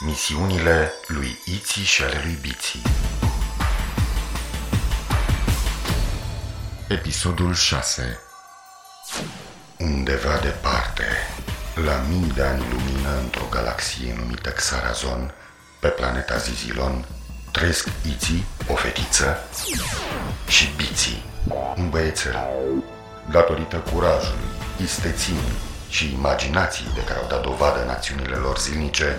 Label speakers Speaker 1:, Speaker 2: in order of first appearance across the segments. Speaker 1: Misiunile lui Iții și ale lui Biții Episodul 6 Undeva departe, la mii de ani lumină într-o galaxie numită Xarazon, pe planeta Zizilon, trăiesc Iții, o fetiță, și Biții, un băiețel. Datorită curajului, isteții și imaginației de care au dat dovadă în acțiunile lor zilnice,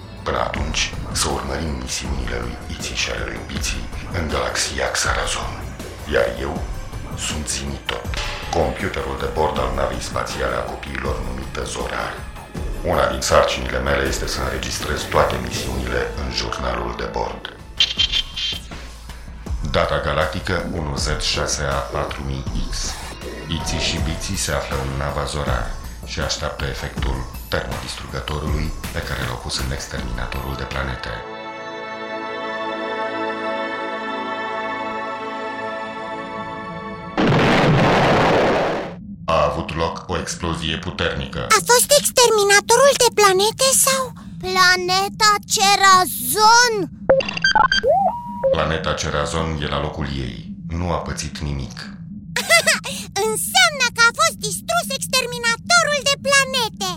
Speaker 1: Până atunci, să urmărim misiunile lui Iții și ale lui Biții în galaxia Xarazon. Iar eu sunt Zinito, computerul de bord al navei spațiale a copiilor numită Zorar. Una din sarcinile mele este să înregistrez toate misiunile în jurnalul de bord. Data galactică 1Z6A4000X. Iții și biții se află în nava Zorar și așteaptă efectul termodistrugătorului pe care l-au pus în exterminatorul de planete. A avut loc o explozie puternică.
Speaker 2: A fost exterminatorul de planete sau? Planeta Cerazon?
Speaker 1: Planeta Cerazon e la locul ei. Nu a pățit nimic.
Speaker 2: Înseamnă că a fost distrus exterminatorul de planete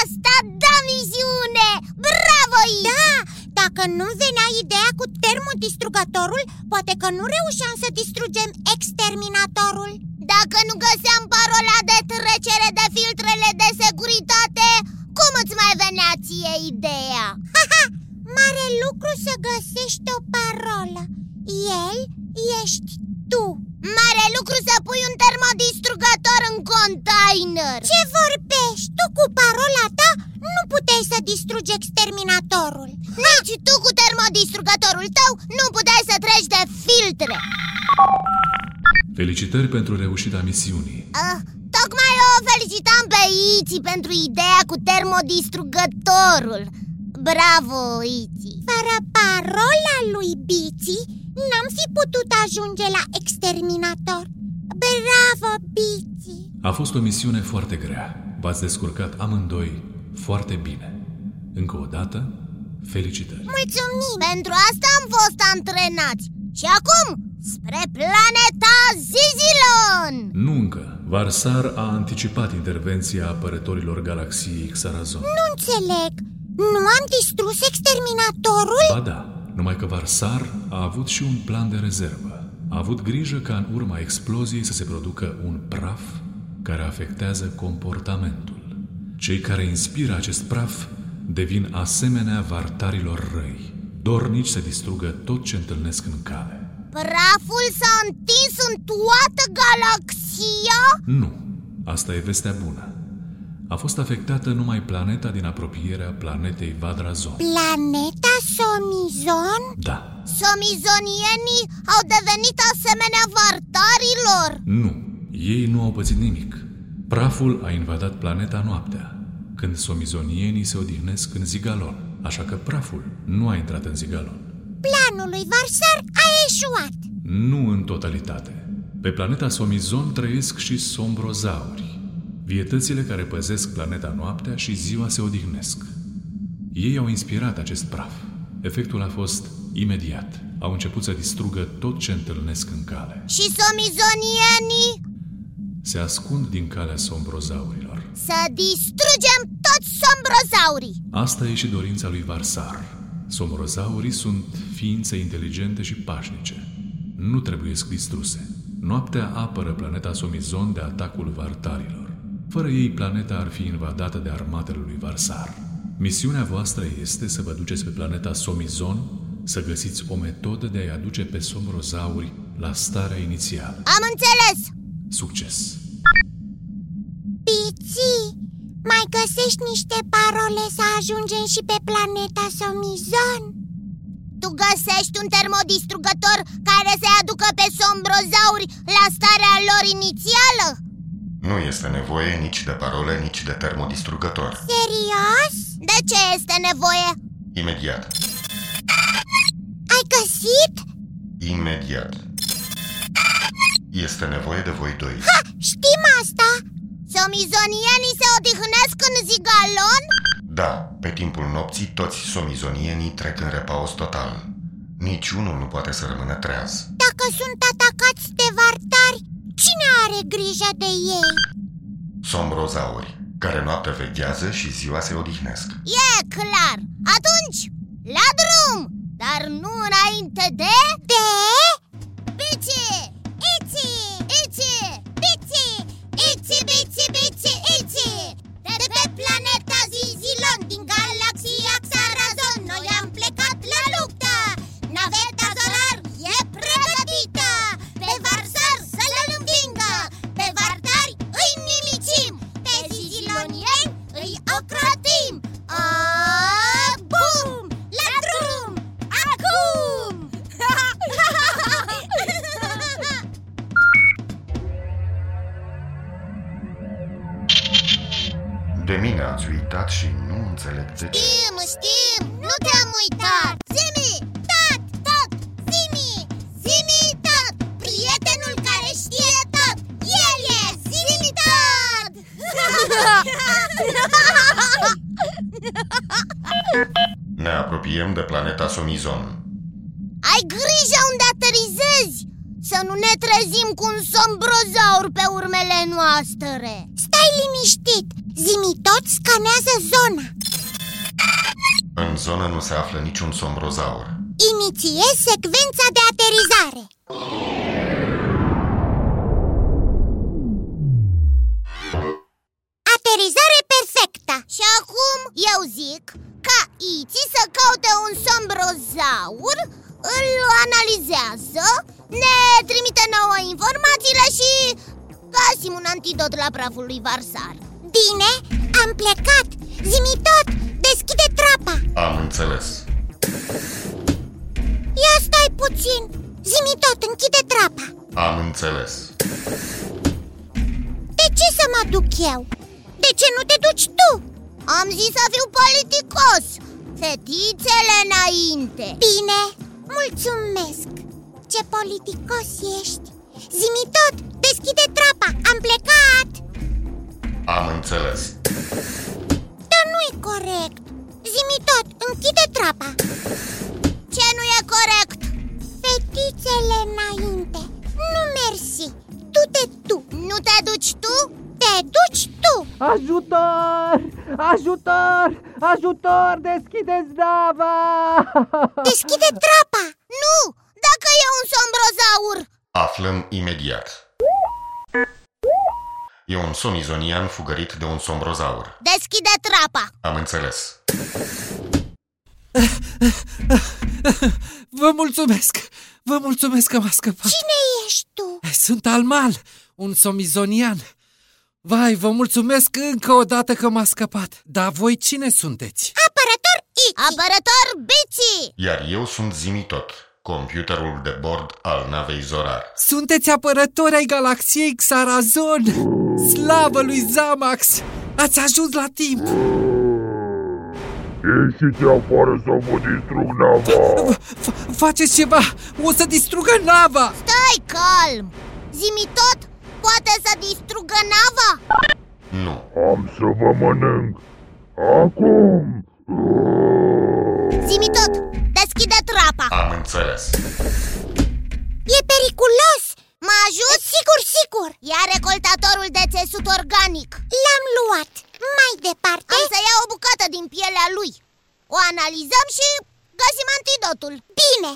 Speaker 2: Asta da viziune! Bravo, Iz! Da, dacă nu venea ideea cu termodistrugătorul Poate că nu reușeam să distrugem exterminatorul Dacă nu găseam parola de trecere de filtrele de securitate Cum îți mai venea ție ideea? Mare lucru să găsești o parolă El ești tu Mare lucru să pui un termodistrugător în container Ce vorbești? Tu cu parola ta nu puteai să distrugi exterminatorul Nici tu cu termodistrugătorul tău nu puteai să treci de filtre
Speaker 3: Felicitări pentru reușita misiunii.
Speaker 2: uh, Tocmai o felicitam pe Iti pentru ideea cu termodistrugătorul Bravo, Iti Fără parola lui Bici, n-am fi putut ajunge la exterminator Bravo, Bici
Speaker 3: A fost o misiune foarte grea. V-ați descurcat amândoi foarte bine. Încă o dată, felicitări.
Speaker 2: Mulțumim! Pentru asta am fost antrenați Și acum, spre planeta Zizilon
Speaker 3: Nu încă. Varsar a anticipat intervenția apărătorilor galaxiei Xarazon.
Speaker 2: Nu înțeleg, nu am distrus exterminatorul?
Speaker 3: Ba da, numai că Varsar a avut și un plan de rezervă. A avut grijă ca în urma exploziei să se producă un praf care afectează comportamentul. Cei care inspiră acest praf devin asemenea vartarilor răi, dornici să distrugă tot ce întâlnesc în cale.
Speaker 2: Praful s-a întins în toată galaxia?
Speaker 3: Nu, asta e vestea bună. A fost afectată numai planeta din apropierea planetei Vadrazon.
Speaker 2: Planeta Somizon?
Speaker 3: Da,
Speaker 2: Somizonienii au devenit asemenea vartarilor
Speaker 3: Nu, ei nu au pățit nimic. Praful a invadat planeta noaptea, când somizonienii se odihnesc în Zigalon, așa că praful nu a intrat în Zigalon.
Speaker 2: Planul lui Varsar a eșuat
Speaker 3: Nu în totalitate. Pe planeta Somizon trăiesc și sombrozauri, vietățile care păzesc planeta noaptea și ziua se odihnesc. Ei au inspirat acest praf. Efectul a fost imediat. Au început să distrugă tot ce întâlnesc în cale.
Speaker 2: Și somizonienii
Speaker 3: Se ascund din calea sombrozaurilor.
Speaker 2: Să distrugem toți sombrozaurii
Speaker 3: Asta e și dorința lui Varsar. Somorozaurii sunt ființe inteligente și pașnice. Nu trebuie distruse. Noaptea apără planeta Somizon de atacul Vartarilor. Fără ei, planeta ar fi invadată de armatele lui Varsar. Misiunea voastră este să vă duceți pe planeta Somizon să găsiți o metodă de a-i aduce pe somrozauri la starea inițială.
Speaker 2: Am înțeles
Speaker 3: Succes!
Speaker 2: Piții, mai găsești niște parole să ajungem și pe planeta Somizon? tu găsești un termodistrugător care să-i aducă pe sombrozauri la starea lor inițială?
Speaker 1: Nu este nevoie nici de parole, nici de termodistrugător.
Speaker 2: Serios? De ce este nevoie?
Speaker 1: Imediat.
Speaker 2: Ai găsit?
Speaker 1: Imediat. Este nevoie de voi doi.
Speaker 2: Ha, știm asta! Somizonienii se odihnesc în zigalon?
Speaker 1: Da, pe timpul nopții toți somizonienii trec în repaus total. Niciunul nu poate să rămână treaz.
Speaker 2: Dacă sunt atacați de vartari, cine are grijă de ei?
Speaker 1: Sombrozauri, care noaptea veghează și ziua se odihnesc.
Speaker 2: E clar! Atunci, la drum! Dar nu înainte de... De... Bici! Ici! Ici! Bici! Ici, bici, bici, ici! De pe planeta Zizilon din galaxia Xarazon Noi am plecat la luptă! Naveta solar e pregătită! Pe Varsar să-l învingă! Pe Vartari îi nimicim! Pe Zizilonieni îi ocrotim! A, bum! La drum! Acum!
Speaker 1: De mine ați uitat și nu înțeleg de ce.
Speaker 2: Știm, știm, nu te-am uitat Zimi, tot, tot, Zimi, Zimi tot Prietenul care știe tot El e Zimi tot
Speaker 1: Ne apropiem de planeta Somizon.
Speaker 2: Ai grijă unde aterizezi Să nu ne trezim cu un sombrozaur pe urmele noastre Stai liniștit, Zimi tot scanează zona
Speaker 1: În zonă nu se află niciun sombrozaur.
Speaker 2: Inițiez secvența de aterizare Aterizare perfectă Și acum eu zic ca Iti să caute un sombrozaur Îl analizează, ne trimite nouă informațiile și găsim un antidot la praful lui Varsar Bine, am plecat Zimi tot, deschide trapa
Speaker 1: Am înțeles.
Speaker 2: Ia stai puțin Zimi tot, închide trapa
Speaker 1: Am înțeles.
Speaker 2: De ce să mă duc eu? De ce nu te duci tu? Am zis să fiu politicos Fetițele înainte Bine, mulțumesc Ce politicos ești Zimi tot, deschide trapa, am plecat
Speaker 1: Am înțeles.
Speaker 2: Dar nu e corect Zimi tot, închide trapa Ce nu e corect? Fetițele înainte Nu mersi, tu te tu Nu te duci tu? Te duci tu
Speaker 4: Ajutor! Ajutor! Ajutor! Deschideți nava!
Speaker 2: Deschide trapa! Nu! Dacă e un sombrozaur!
Speaker 1: Aflăm imediat. E un somizonian fugărit de un sombrozaur.
Speaker 2: Deschide trapa!
Speaker 1: Am înțeles.
Speaker 5: Vă mulțumesc! Vă mulțumesc că m-a scăpat!
Speaker 2: Cine ești tu?
Speaker 5: Sunt Almal, un somizonian. Vai, vă mulțumesc încă o dată că m-a scăpat. Dar voi cine sunteți?
Speaker 2: Apărător Iti! Apărător Bici!
Speaker 1: Iar eu sunt Zimitot, computerul de bord al navei Zorar.
Speaker 5: Sunteți apărători ai galaxiei Xarazon! Slavă lui Zamax! Ați ajuns la timp!
Speaker 6: Ieșiți afară să vă distrug nava!
Speaker 5: F- faceți ceva! O să distrugă nava!
Speaker 2: Stai calm! Zimi tot poate să distrugă nava?
Speaker 1: Nu.
Speaker 6: Am să vă mănânc! Acum! uh,
Speaker 2: Zimi tot, deschide trapa!
Speaker 1: Am înțeles.
Speaker 2: E periculos! Mă ajut? Sigur, sigur! Ia recoltatorul de țesut organic L-am luat Mai departe Am să iau o bucată din pielea lui O analizăm și găsim antidotul Bine!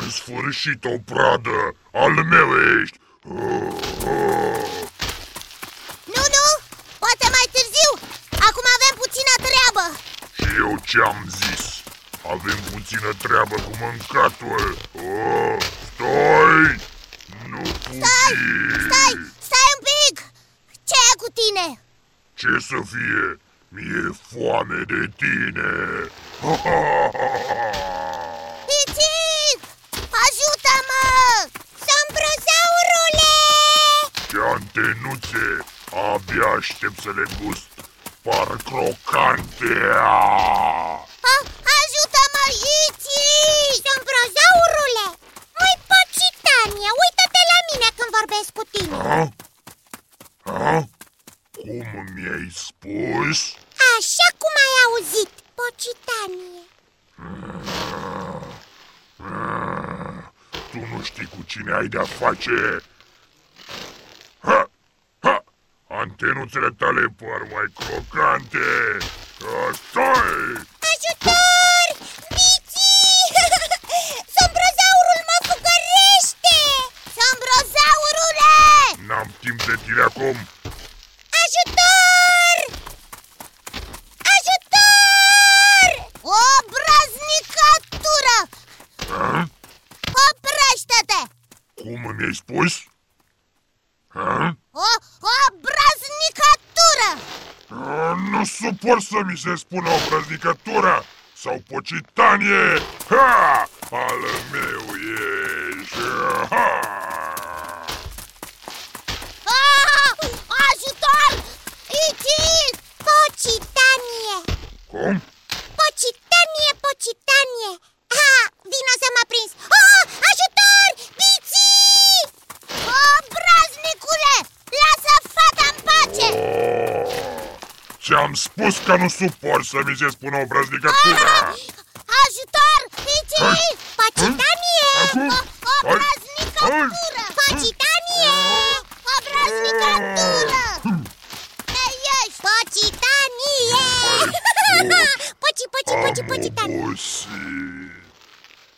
Speaker 6: În sfârșit o pradă! Al meu ești! Uh,
Speaker 2: Nu, nu! Poate mai târziu! Acum avem puțină treabă!
Speaker 6: Și eu ce-am zis? Avem puțină treabă cu mâncatul! Oh, stai! Nu puțin!
Speaker 2: Stai, stai un pic! Ce e cu tine!
Speaker 6: Ce să fie? Mi-e foame de tine!
Speaker 2: Pitic! Ajută-mă! Sombrozaurule!
Speaker 6: Ce antenuțe! Abia aștept să le gust! Par crocante!
Speaker 2: A, ajută-mă, Iti! Sombrozaurule! Măi, Pacitania, uită-te la mine când vorbesc cu tine!
Speaker 6: Ha? Ha? Cum mi-ai spus?
Speaker 2: Așa cum ai auzit, Pocitanie!
Speaker 6: Tu nu știi cu cine ai de-a face! Ha! Ha! Antenuțele tale par mai crocante! Ah, Stai!
Speaker 2: Ajutor! Bici! Sombrozaurul mă fugărește! Sombrozaurule!
Speaker 6: N-am timp de tine acum!
Speaker 2: Ajutor! Ajutor! O braznicătură!
Speaker 6: Ha?
Speaker 2: Oprește-te!
Speaker 6: Cum mi-ai spus? Ha?
Speaker 2: O, o braznicătură!
Speaker 6: Ah, Nu suport să mi se spună o brăznicătură sau pocitanie! Ha! Al meu ești! Ha!
Speaker 2: Ah! Ajutor! Iti! Pocitanie!
Speaker 6: Cum?
Speaker 2: Pocitanie, pocitanie! Ah, vino să m-a prins! Ah, ajutor! Biții! Obraznicule! Lasă fata în pace!
Speaker 6: Oh, ți-am spus că nu suport să mi se spună o brăznicătură!
Speaker 2: Ah, ajutor! Biții! Pocitanie!
Speaker 6: Acum?
Speaker 2: O- Obraznicătură! Pocitanie! Obraznicătură! Te ești! Pocitanie! Poci, poci, poci,
Speaker 6: Am
Speaker 2: pocitanie!
Speaker 6: obosit!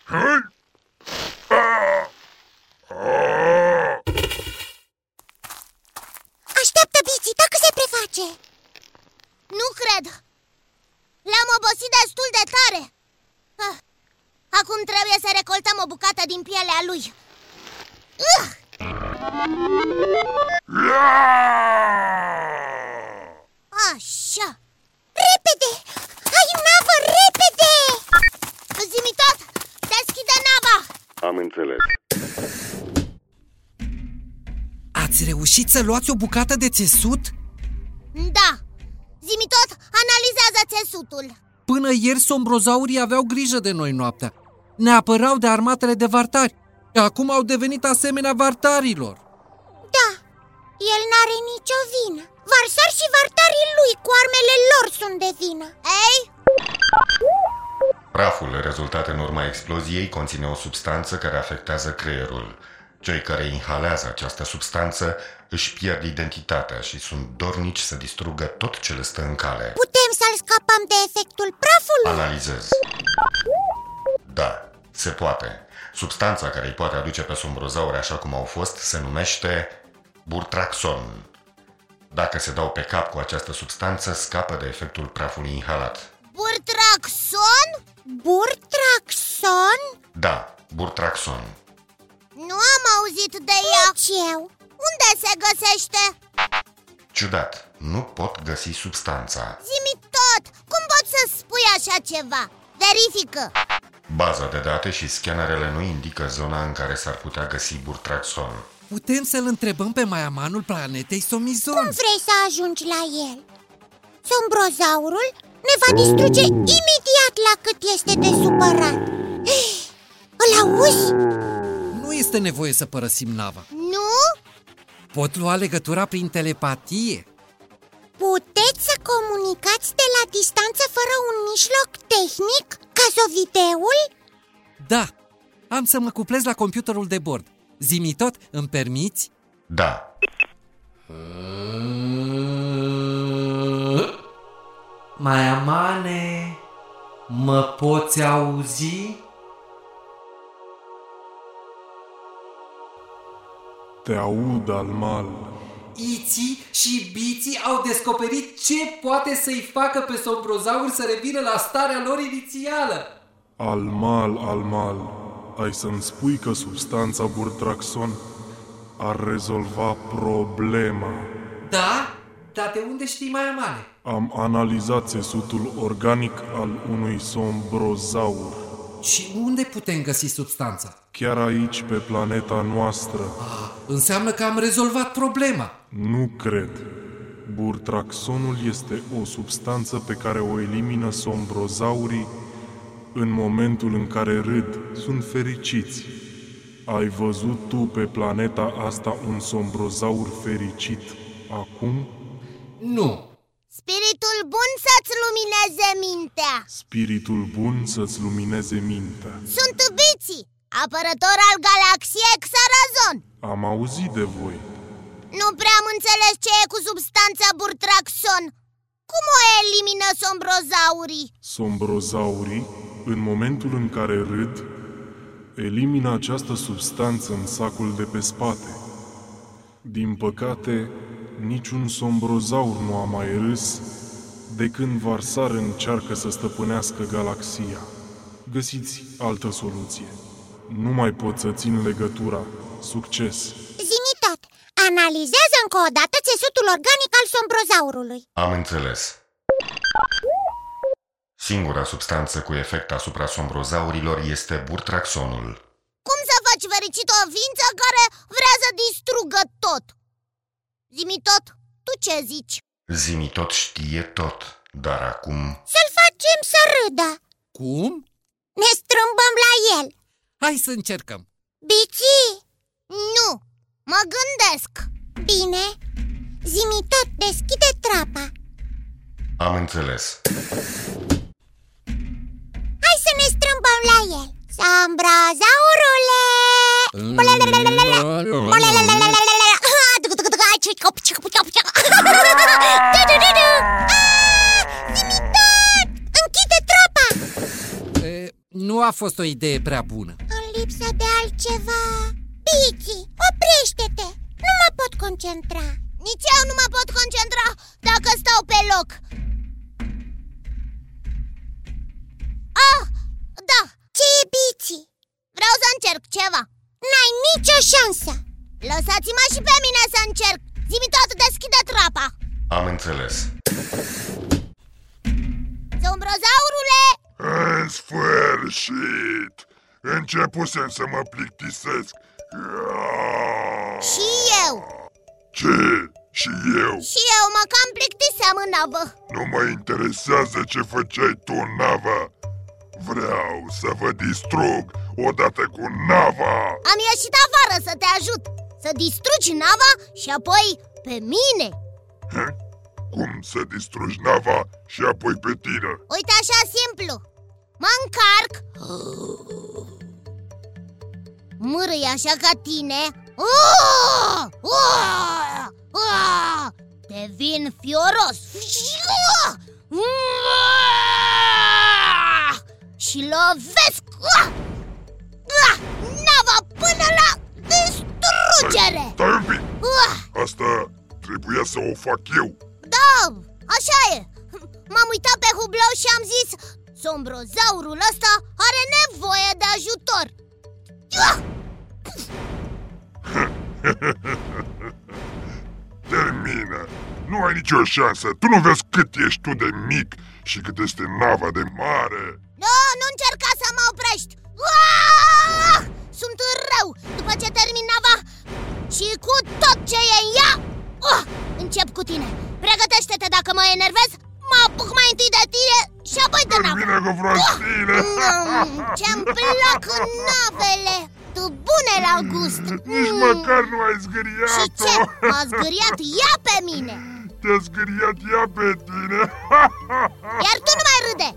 Speaker 6: Hai! Ah! Ah!
Speaker 2: Așteaptă biții, dacă se preface Nu cred L-am obosit destul de tare Ah, Acum trebuie să recoltăm o bucată din pielea lui Ah,
Speaker 6: Ah!
Speaker 2: Așa Repede! Ai navă, repede! Zimi tot! Deschide nava!
Speaker 7: Am înțeles.
Speaker 5: Ați reușit să luați o bucată de țesut?
Speaker 2: Da! Zimi tot, analizează țesutul
Speaker 5: Până ieri sombrozaurii aveau grijă de noi noaptea. Ne apărau de armatele de vartari. Și acum au devenit asemenea vartarilor.
Speaker 2: Da, el n-are nicio vină Varsar și vartarii lui cu armele lor sunt de vină Ei,
Speaker 1: Praful rezultat în urma exploziei conține o substanță care afectează creierul. Cei care inhalează această substanță își pierd identitatea și sunt dornici să distrugă tot ce le stă în cale.
Speaker 2: Putem să-l scăpăm de efectul prafului?
Speaker 1: Analizez. Da, se poate. Substanța care îi poate aduce pe sombrozauri așa cum au fost se numește burtraxon. Dacă se dau pe cap cu această substanță, scapă de efectul prafului inhalat.
Speaker 2: Burtraxon? Burtraxon?
Speaker 1: Da, burtraxon.
Speaker 2: Nu am auzit de ea Nici eu Unde se găsește?
Speaker 1: Ciudat, nu pot găsi substanța.
Speaker 2: Zimi tot, cum poți să spui așa ceva? Verifică
Speaker 1: Baza de date și scanerele nu indică zona în care s-ar putea găsi burtraxon.
Speaker 5: Putem să-l întrebăm pe maiamanul planetei Somizon.
Speaker 2: Cum vrei să ajungi la el? Sombrozaurul ne va distruge imediat la cât este de supărat Îl auzi?
Speaker 5: Nu este nevoie să părăsim nava.
Speaker 2: Nu?
Speaker 5: Pot lua legătura prin telepatie.
Speaker 2: Puteți să comunicați de la distanță fără un mijloc tehnic? Ca zovideul?
Speaker 5: Da, am să mă cuplez la computerul de bord. Zimi tot, îmi permiți?
Speaker 1: Da,
Speaker 5: Mai amane, mă poți auzi?
Speaker 8: Te aud, Almal.
Speaker 5: Iții și Biții au descoperit ce poate să-i facă pe sombrozaur să revină la starea lor inițială.
Speaker 8: Almal, Almal. Ai să-mi spui că substanța Burtraxon ar rezolva problema.
Speaker 5: Da? Dar de unde știi mai amane?
Speaker 8: Am analizat țesutul organic al unui sombrozaur.
Speaker 5: Și unde putem găsi substanța?
Speaker 8: Chiar aici, pe planeta noastră,
Speaker 5: Înseamnă că am rezolvat problema.
Speaker 8: nu cred. Burtraxonul este o substanță pe care o elimină sombrozaurii în momentul în care râd. Sunt fericiți. Ai văzut tu pe planeta asta un sombrozaur fericit acum?
Speaker 5: Nu.
Speaker 2: Spiritul bun să-ți lumineze mintea
Speaker 8: Spiritul bun să-ți lumineze mintea.
Speaker 2: Sunt Biții, apărător al galaxiei Xarazon
Speaker 8: Am auzit de voi.
Speaker 2: Nu prea am înțeles ce e cu substanța Burtraxon Cum o elimină sombrozaurii?
Speaker 8: Sombrozaurii, în momentul în care râd, elimină această substanță în sacul de pe spate. Din păcate, niciun sombrozaur nu a mai râs de când Varsar încearcă să stăpânească galaxia. Găsiți altă soluție. Nu mai pot să țin legătura. Succes!
Speaker 2: Zinitot, analizează încă o dată țesutul organic al sombrozaurului
Speaker 1: Am înțeles. Singura substanță cu efect asupra sombrozaurilor este burtraxonul.
Speaker 2: Cum să faci fericită o ființă care vrea să distrugă tot? Zimitot, tu ce zici?
Speaker 1: Zimi tot știe tot, dar acum
Speaker 2: Să-l facem să râdă
Speaker 5: Cum?
Speaker 2: Ne strâmbăm la el
Speaker 5: Hai să încercăm.
Speaker 2: Bici? Nu, mă gândesc Bine, zimi tot, deschide trapa
Speaker 1: am înțeles.
Speaker 2: Hai să ne strâmbăm la el Sombrozaurule 어,
Speaker 5: Mm.
Speaker 2: 아, 아, Închide trapa
Speaker 5: E, nu a fost o idee prea bună.
Speaker 2: În lipsă de altceva Bici, oprește-te Nu mă pot concentra Nici eu nu mă pot concentra dacă stau pe loc Ah, da Ce e Bici? Vreau să încerc ceva N-ai nicio șansă Lăsați-mă și pe mine să încerc Zimi tot deschide trapa
Speaker 1: Am înțeles.
Speaker 2: Zombrozaurule,
Speaker 6: În sfârșit! Începusem să mă plictisesc. Ia!
Speaker 2: și eu
Speaker 6: Ce? Și eu?
Speaker 2: Și eu mă cam plictiseam în apă
Speaker 6: Nu mă interesează ce făceai tu, Nava. Vreau să vă distrug odată cu Nava.
Speaker 2: Am ieșit afară să te ajut Să distrugi nava și apoi pe mine
Speaker 6: Hă? Cum să distrugi Nava și apoi pe tine?
Speaker 2: Uite așa simplu Mă încarc Mârâi așa ca tine Uaa! Uaa! Uaa! Devin fioros Uaa! Și lovesc Uaa! Uaa! Nava până la distrugere
Speaker 6: Stai un pic!
Speaker 2: Uah!
Speaker 6: Asta trebuia să o fac eu.
Speaker 2: Da, așa e M-am uitat pe hublou și am zis Sombrozaurul ăsta are nevoie de ajutor Ah!
Speaker 6: Termină! Nu ai nicio șansă! Tu nu vezi cât ești tu de mic și cât este Nava de mare!
Speaker 2: Nu, nu încerca să mă oprești Ah! Sunt rău După ce termin nava Și cu tot ce e în ea ah, Încep cu tine Pregătește-te dacă mă enervez Mă apuc mai întâi de tine și apoi de nava
Speaker 6: Termină cu prostiile!
Speaker 2: Mm, Ce-mi plac navele Tu bune la gust
Speaker 6: Nici
Speaker 2: Mm.
Speaker 6: măcar nu ai
Speaker 2: Și ce?
Speaker 6: zgâriat-o!
Speaker 2: M-a zgâriat ea pe mine
Speaker 6: Te-a zgâriat ea pe tine!
Speaker 2: Iar tu nu mai râde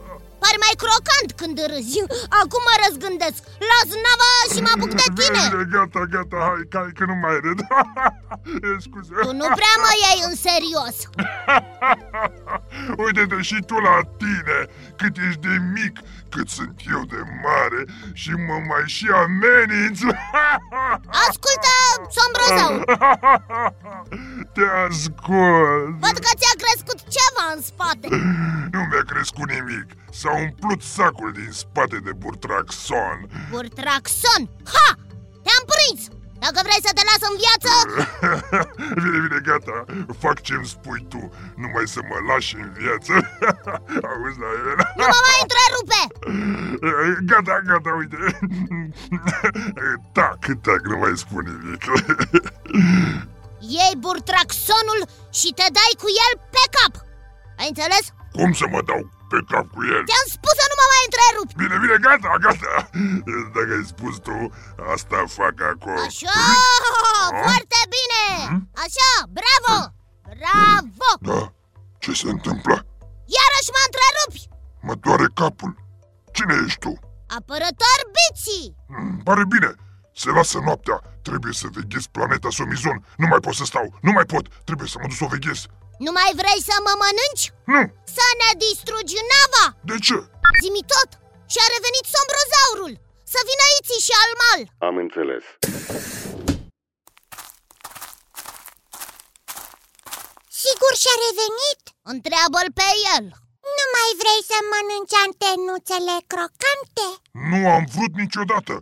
Speaker 2: Pari mai crocant când râzi Acum mă răzgândesc Las nava și mă apuc de tine
Speaker 6: Bine, gata, gata, hai, că, că nu mai râd. E, scuze.
Speaker 2: Tu nu prea mă iei în serios
Speaker 6: Uite-te și tu la tine, cât ești de mic, cât sunt eu de mare și mă mai și ameninți.
Speaker 2: Ascultă, sombrozau
Speaker 6: Te ascult.
Speaker 2: Văd că ți-a crescut ceva în spate
Speaker 6: Nu mi-a crescut nimic. S-a umplut sacul din spate de burtraxon.
Speaker 2: Burtraxon Ha! Te-am prins Dacă vrei să te las în viață,
Speaker 6: Bine, bine, gata, fac ce-mi spui tu, numai să mă lași în viață. Auzi la el.
Speaker 2: nu mă mai întrerupe!
Speaker 6: Gata, gata, uite. Tac, tac, nu mai spune nimic.
Speaker 2: Iei burtraxonul și te dai cu el pe cap! Ai înțeles?
Speaker 6: Cum să mă dau pe cap cu el?
Speaker 2: Te-am spus să nu mă mai întrerupi!
Speaker 6: Bine, bine, gata, gata. Dacă ai spus tu, asta fac acum.
Speaker 2: Așa, foarte bine! Așa, bravo! Bravo!
Speaker 6: Da, ce se întâmplă?
Speaker 2: Iarăși mă întrerupi!
Speaker 6: Mă doare capul. Cine ești tu?
Speaker 2: Apărător biții!
Speaker 6: Mm, Pare bine. Se lasă noaptea. Trebuie să veghez planeta Somizon. Nu mai pot să stau. Nu mai pot. Trebuie să mă duc să o veghez.
Speaker 2: Nu mai vrei să mă mănânci?
Speaker 6: Nu.
Speaker 2: Să ne distrugi nava!
Speaker 6: De ce?
Speaker 2: Zimi tot! Și-a revenit sombrozaurul! Să vină Iții și Almal!
Speaker 7: Am înțeles.
Speaker 2: Sigur și-a revenit? Întreabă-l pe el! Nu mai vrei să mănânci antenuțele crocante?
Speaker 6: Nu am vrut niciodată.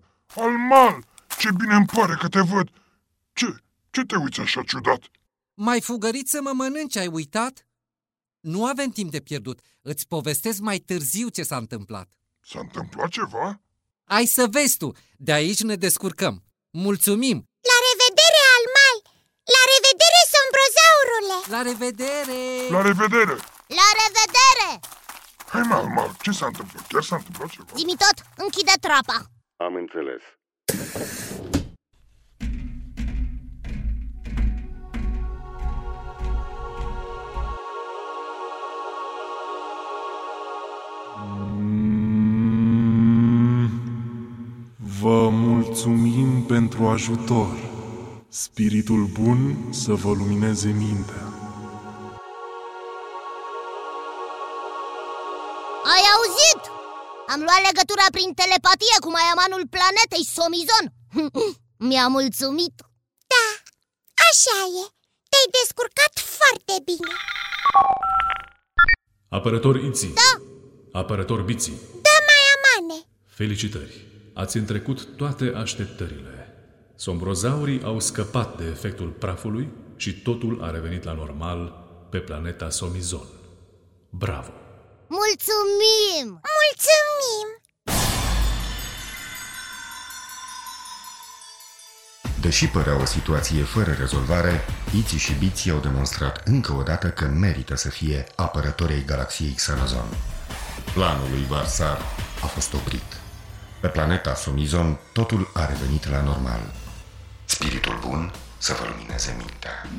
Speaker 6: Al mal. Ce bine îmi pare că te văd. Ce? Ce te uiți așa ciudat?
Speaker 5: Mai fugărit să mă mănânci, ai uitat? Nu avem timp de pierdut. Îți povestesc mai târziu ce s-a întâmplat.
Speaker 6: S-a întâmplat ceva?
Speaker 5: Ai să vezi tu, de aici ne descurcăm. Mulțumim!
Speaker 2: La revedere, Almal! La revedere, sombrozaurule!
Speaker 5: La revedere!
Speaker 6: La revedere!
Speaker 2: La revedere!
Speaker 6: Hai, mal, mal. Ce s-a întâmplat? Chiar s-a întâmplat ceva?
Speaker 2: Zimi tot, închide trapa!
Speaker 7: Am înțeles.
Speaker 8: Mm. Vă mulțumim pentru ajutor. Spiritul bun să vă lumineze mintea.
Speaker 2: Ai auzit? Am luat legătura prin telepatie cu maiamanul planetei Somizon Mi-a mulțumit Da, așa e Te-ai descurcat foarte bine
Speaker 3: Apărător Iții. Da. Apărător Biții.
Speaker 2: Da, maiamane
Speaker 3: Felicitări! Ați întrecut toate așteptările. Sombrozaurii au scăpat de efectul prafului și totul a revenit la normal pe planeta Somizon. Bravo!
Speaker 2: Mulțumim! Mulțumim!
Speaker 1: Deși părea o situație fără rezolvare, Iți și Biți au demonstrat încă o dată că merită să fie apărătorii galaxiei Xanazon. Planul lui Varsar a fost oprit. Pe planeta Somizon totul a revenit la normal. Spiritul bun să vă lumineze mintea.